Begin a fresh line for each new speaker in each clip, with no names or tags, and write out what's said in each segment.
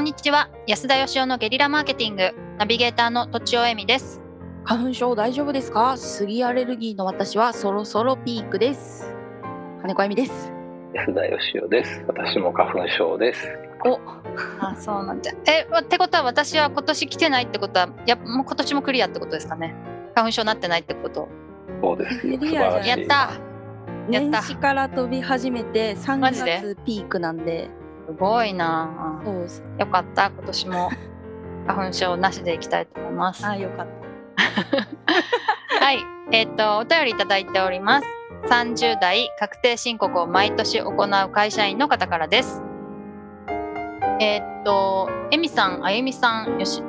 んにちは安田義雄のゲリラマーケティングナビゲーターのとちおえみです
花粉症大丈夫ですか杉アレルギーの私はそろそろピークです金子あゆみです
安田義雄です。私も花粉症です。
あそうなんじゃえわってことは私は今年来てないってことはいやもう今年もクリアってことですかね花粉症になってないってこと
そうで すよ。
ク
素
リ
晴
ア
ら
マ
し
ジ
い。
やったやった
年始から飛び始めて3
マジで
月ピークなんです
ごいな
そうです
よかった今年も花粉症なしでいきたいと思います
あよかった
はい、えっ、とお便りいただいております。30代確定申告を毎年行う会社員の方からです。えっ、とえみさん、あゆみさん、よし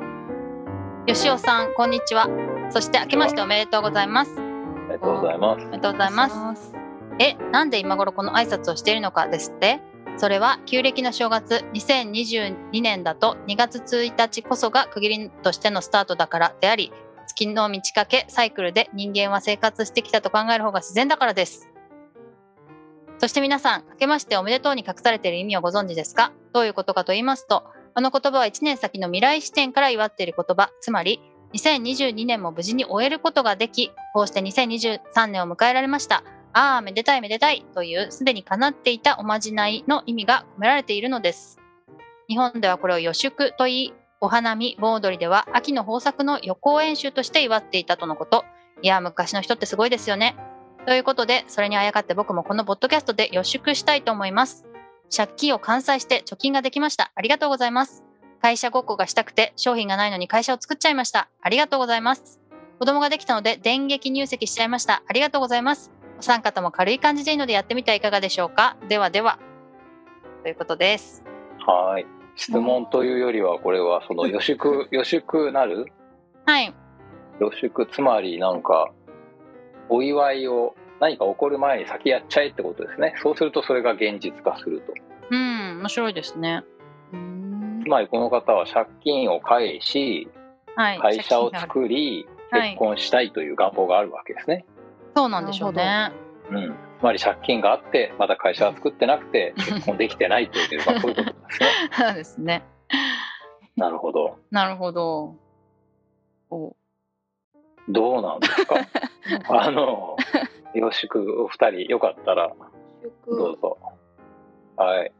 よしおさん、こんにちは。そして明けましておめでとうございます。
ありがとうございます
お。めでとうございます。
す
え、なんで今頃この挨拶をしているのかですってそれは旧暦の正月2022年だと2月1日こそが区切りとしてのスタートだからであり月の満ち欠けサイクルで人間は生活してきたと考える方が自然だからですそして皆さん明けましておめでとうに隠されている意味をご存知ですかどういうことかと言いますとあの言葉は1年先の未来視点から祝っている言葉つまり2022年も無事に終えることができこうして2023年を迎えられましたああ、めでたいめでたいというすでに叶っていたおまじないの意味が込められているのです。日本ではこれを予祝と言い、お花見、盆踊りでは秋の豊作の予行演習として祝っていたとのこと。いや、昔の人ってすごいですよね。ということで、それにあやかって僕もこのポッドキャストで予祝したいと思います。借金を完済して貯金ができました。ありがとうございます。会社ごっこがしたくて商品がないのに会社を作っちゃいました。ありがとうございます。子供ができたので電撃入籍しちゃいました。ありがとうございます。お三方も軽い感じでいいのでやってみてはいかがでしょうかではではということです
はい。質問というよりは、これはその 予祝、予祝なる
はい
予祝、つまりなんか、お祝いを何か起こる前に先やっちゃえってことですね。そうするとそれが現実化すると。
うん面白いですね
うーん
つまりこの方は借金を返し、
はい
会社
借金
を
がある
作り、
はい
結婚したいという願望があるわけですね。
そうなんでしょう
な
ね
うん、つまり借金があってまだ会社は作ってなく て結婚できてないという、まあ、そういうことですね。
そう ですね
なるほど。
なるほど
お
どうなんです か。あの、よろしくお二人よかったらどうぞ。はい。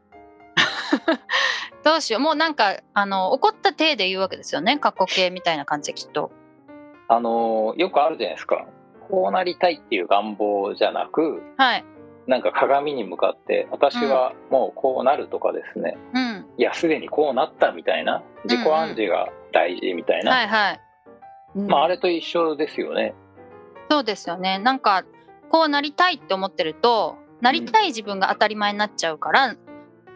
どうしようもうなんかあの怒った体で言うわけですよね過去形みたいな感じできっと
あのよくあるじゃないですか。こうなりたいっていう願望じゃなく、
はい
なんか鏡に向かって私はもうこうなるとかですね。
うん
いやすでにこうなったみたいな自己暗示が大事みたいな。
はいはい
うん
まああれと一緒ですよね。
そうですよねなんかこうなりたいって思ってるとなりたい自分が当たり前になっちゃうから、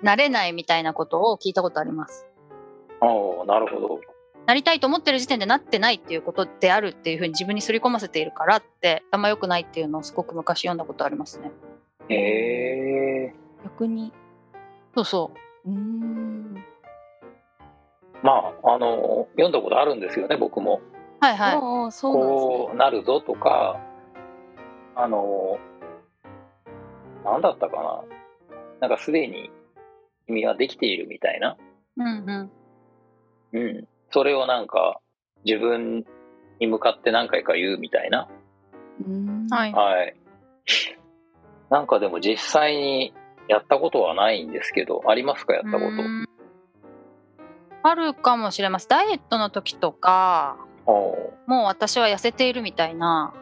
なれないみたいなことを聞いたことあります
おおなるほど。
なりたいと思ってる時点でなってないっていうことであるっていうふうに自分にすり込ませているからってあんま良くないっていうのをすごく昔読んだことありますね。
へえ
逆に
そうそう。
うーん
まあ、あの読んだことあるんですよね僕も。
はいはい。
ああそうなんですね
こうなるぞとかあの何だったかななんかすでに君はできているみたいな、
うんうん。
うん、それをなんか自分に向かって何回か言うみたいな、
うーん
はい。
はい、なんかでも実際にやったことはないんですけどありますかやったこ
うんあるかもしれません。ダイエットの時とか、
と。お
もう私は痩せているみたいな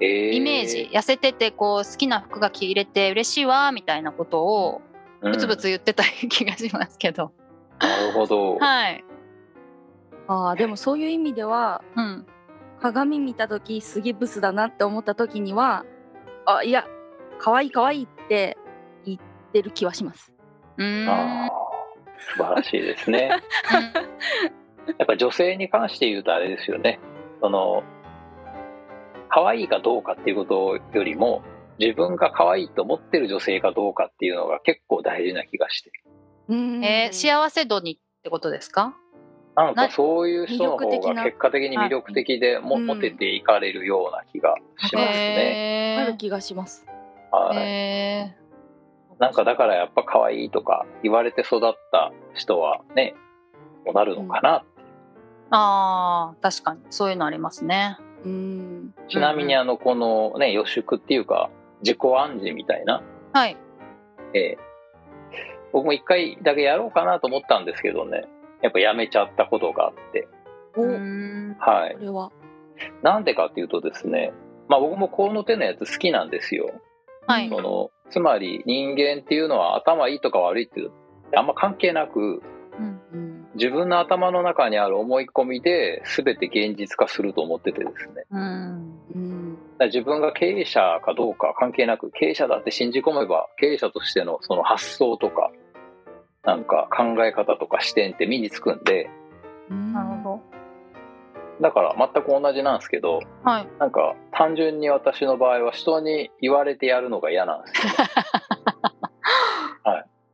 ーえ
イメージ、痩せててこう好きな服が着れて嬉しいわみたいなことをブツブツ言ってた気がしますけど。
うんなるほど、
はい。
ああでもそういう意味では
うん。
鏡見た時すげえブスだなって思った時にはあいや可愛い可愛いって言ってる気はします
うーん。
あー素晴らしいですね。
うん
やっぱ女性に関して言うとあれですよね。その可愛いかどうかっていうことよりも自分が可愛いと思ってる女性かどうかっていうのが結構大事な気がして
うーん
えー幸せ度にってことですか
なん
な
かそういう人の
魅力
方
的な
が結果的に魅力的でも
うん
モテていかれるような気がしますね。
えー
ある気がします
はい
へ
なんかだからやっぱ可愛いとか言われて育った人はねもなるのかな、
ああ確かにそういうのありますね。
うん
ちなみにあのこのね予祝っていうか自己暗示みたいな、
はい。
えー僕も一回だけやろうかなと思ったんですけどねやっぱやめちゃったことがあって
お
うー
こ
ん
はい
れは
なんでかっていうとですねまあ僕もこの手のやつ好きなんですよ
はい。
そのつまり人間っていうのは頭いいとか悪いっていうあんま関係なく
うん
うん
自分の頭の中にある思い込みで全て現実化すると思っててですね
うん
うん
だから自分が経営者かどうか関係なく経営者だって信じ込めば経営者としてのその発想とかなんか考え方とか視点って身につくんで
なるほ
だから全く同じなんですけど
ど。はい。
なんか単純に私の場合は人に言われてやるのが嫌なんですよ ね。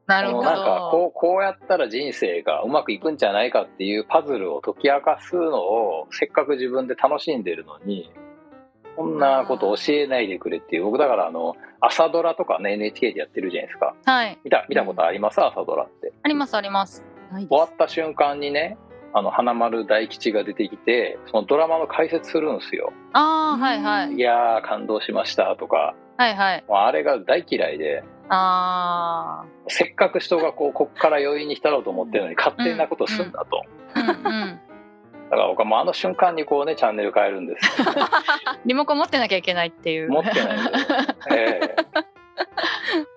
な
あ
る
の
ほ
なんか
ど。
こうこうやったら人生がうまくいくんじゃないかっていうパズルを解き明かすのをせっかく自分で楽しんでるのにこんなこと教えないでくれっていう僕だからあの朝ドラとかね NHK でやってるじゃないですか
はい。
見た見たことあります朝ドラって
ありますあります。
ないで
終わ
す
った瞬間にねあの花丸大吉が出てきてそのドラマの解説するんですよ
ああはいは
「
い
いやー感動しました」とか
はいはい。
もうあれが大嫌いで
あ
せっかく人がこうこっから余韻に浸ろうと思ってるのに勝手なことすんだと。
あうんうん。
だから僕はもうあの瞬間にこうねチャンネル変えるんで すよ、
リモコン持ってなきゃいけないっていう。
持ってないんで、
な
ええ
る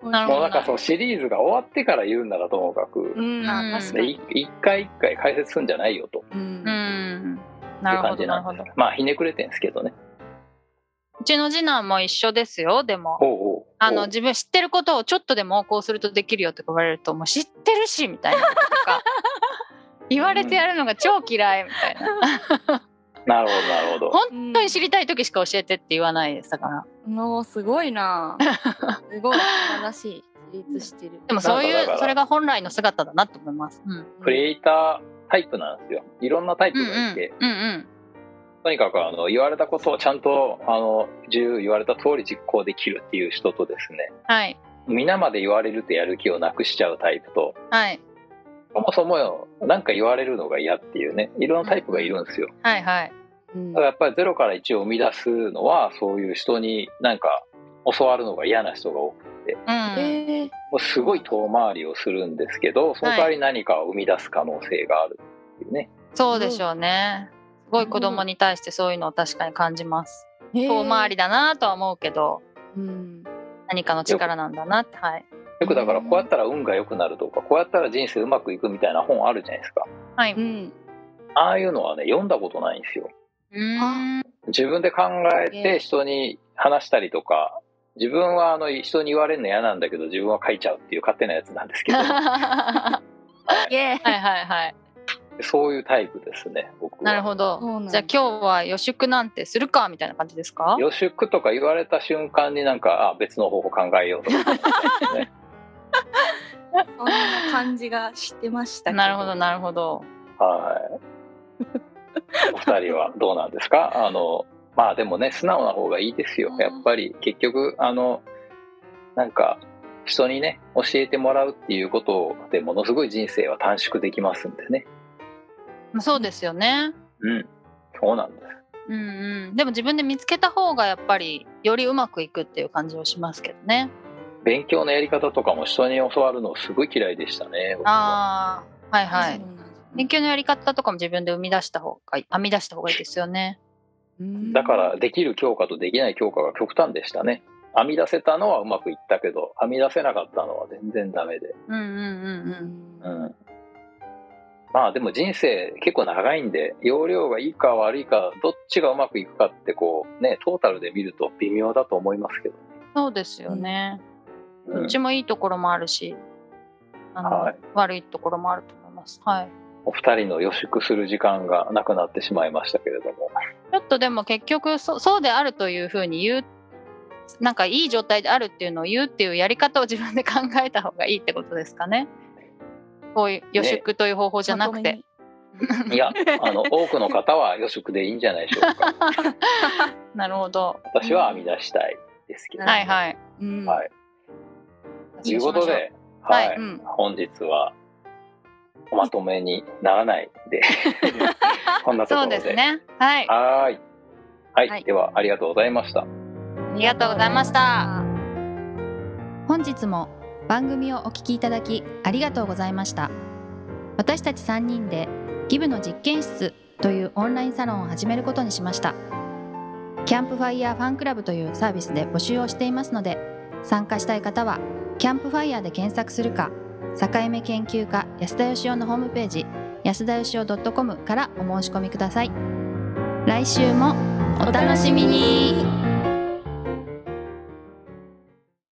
ほ
もう
ど
なんかそのシリーズが終わってから言うんならともかく、
うんあ
うん
確か
で
に
い一回一回解説するんじゃないよという
うん
うん。なるほ
感
ど
じ
な
な
るほ
ん
ど
で。すまあひねくれてんですけどね
うちの次男も一緒ですよでも。
ほうほう
あ
ほ
の
う
自分知ってることをちょっとでもこうするとできるよとか言われるともう知ってるしみ たいなこととか言われてやるのが超嫌いみたいな
なるほどなるほど
本当に知りたい時しか教えてって言わないですだから
もうすごい なすごい素晴らしい自立してる
でもそうい
なんかだか
う
ら
それが本来の姿だなと思いますうん
クリエイタータイプなんですよいろんなタイ
うん
プ
うん
がいて、
うんうん
とにかくあの言われたことをちゃんとあの自由言われた通り実行できるっていう人とですね
はい
皆まで言われるとやる気をなくしちゃうタイプと
はい
そもそもよなんか言われるのが嫌っていうねいろんなタイプがいるんですよ
はいはい
うん
だからやっぱりゼロから1を生み出すのはそういう人になんか教わるのが嫌な人が多く
うん
えー
もうすごい遠回りをするんですけどその代わり何かを生み出す可能性があるっていうね、
そうでしょうねすごい子供に対してそういうのを確かに感じます遠回りだなとは思うけど
うん
何かの力なんだなってはい
よくだからこうやったら運が良くなるとかこうやったら人生うまくいくみたいな本あるじゃないですか
は
う
い
ん
ああいうのはね読んだことないんですよ
うん
自分で考え
ええ
て人に話したりとか自分はあの人に言われるの嫌なんだけど自分は書いちゃうっていう勝手なやつなんで すけど
は
イエ
い はいはい
そういうタイプですね僕は
なるほど。
ー
じゃあ今日は予祝なんてするかみたいな感じですか？
予祝とか言われた瞬間になんかあ別の方法考えようとか
そんな感じがしてましたけ
なるほどなるほど。
はいお二人はどうなんですかあのまあでもね素直な方がいいですよやっぱり結局あのなんか人にね教えてもらうっていうことでものすごい人生は短縮できますんでね
そうですよね。
うんそうなんです
うんうん。でも自分で見つけた方がやっぱりよりうまくいくっていう感じはしますけどね。
勉強のやり方とかも人に教わるのすごい嫌いでしたね僕は
ああはいは
そ。
いう
なんです
勉強のやり方とかも自分で生み出した方がいい編み出した方がいいですよね。
うん
だからできる教科とできない教科が極端でしたね編み出せたのはうまくいったけど編み出せなかったのは全然ダメで、
うんうんうん
う
うん。
ん
うん、まあでも人生結構長いんで容量がいいか悪いかどっちがうまくいくかってこうねトータルで見ると微妙だと思いますけど、
そうですよね。
う
ど
ん
っちもいいところもあるし、あの、
はい
悪いところもあると思います。はい。
お二人の予祝する時間がなくなってしまいましたけれども
ちょっとでも結局そそうであるというふうに言うなんかいい状態であるっていうのを言うっていうやり方を自分で考えた方がいいってことですかね。こういう予祝という方法じゃなくて、
いやあの多くの方は予祝でいいんじゃないでしょうか
なるほど
私は編み出したいですけど、
はいはい
まとめにうん
はいということで、
は
はいい、
うん
本日はおまとめにならない でこんなとこ
そ
ろ
う
で
ですね。はい。あ
はーいはい、
はい
ではありがとうございました
りがとうございました。
本日も番組をお聞きいただきありがとうございました私たち3人でギブの実験室というオンラインサロンを始めることにしましたキャンプファイヤーファンクラブというサービスで募集をしていますので参加したい方はキャンプファイヤーで検索するか境目研究家安田義雄のホームページ安田義雄 .com からお申し込みください来週もお楽しみに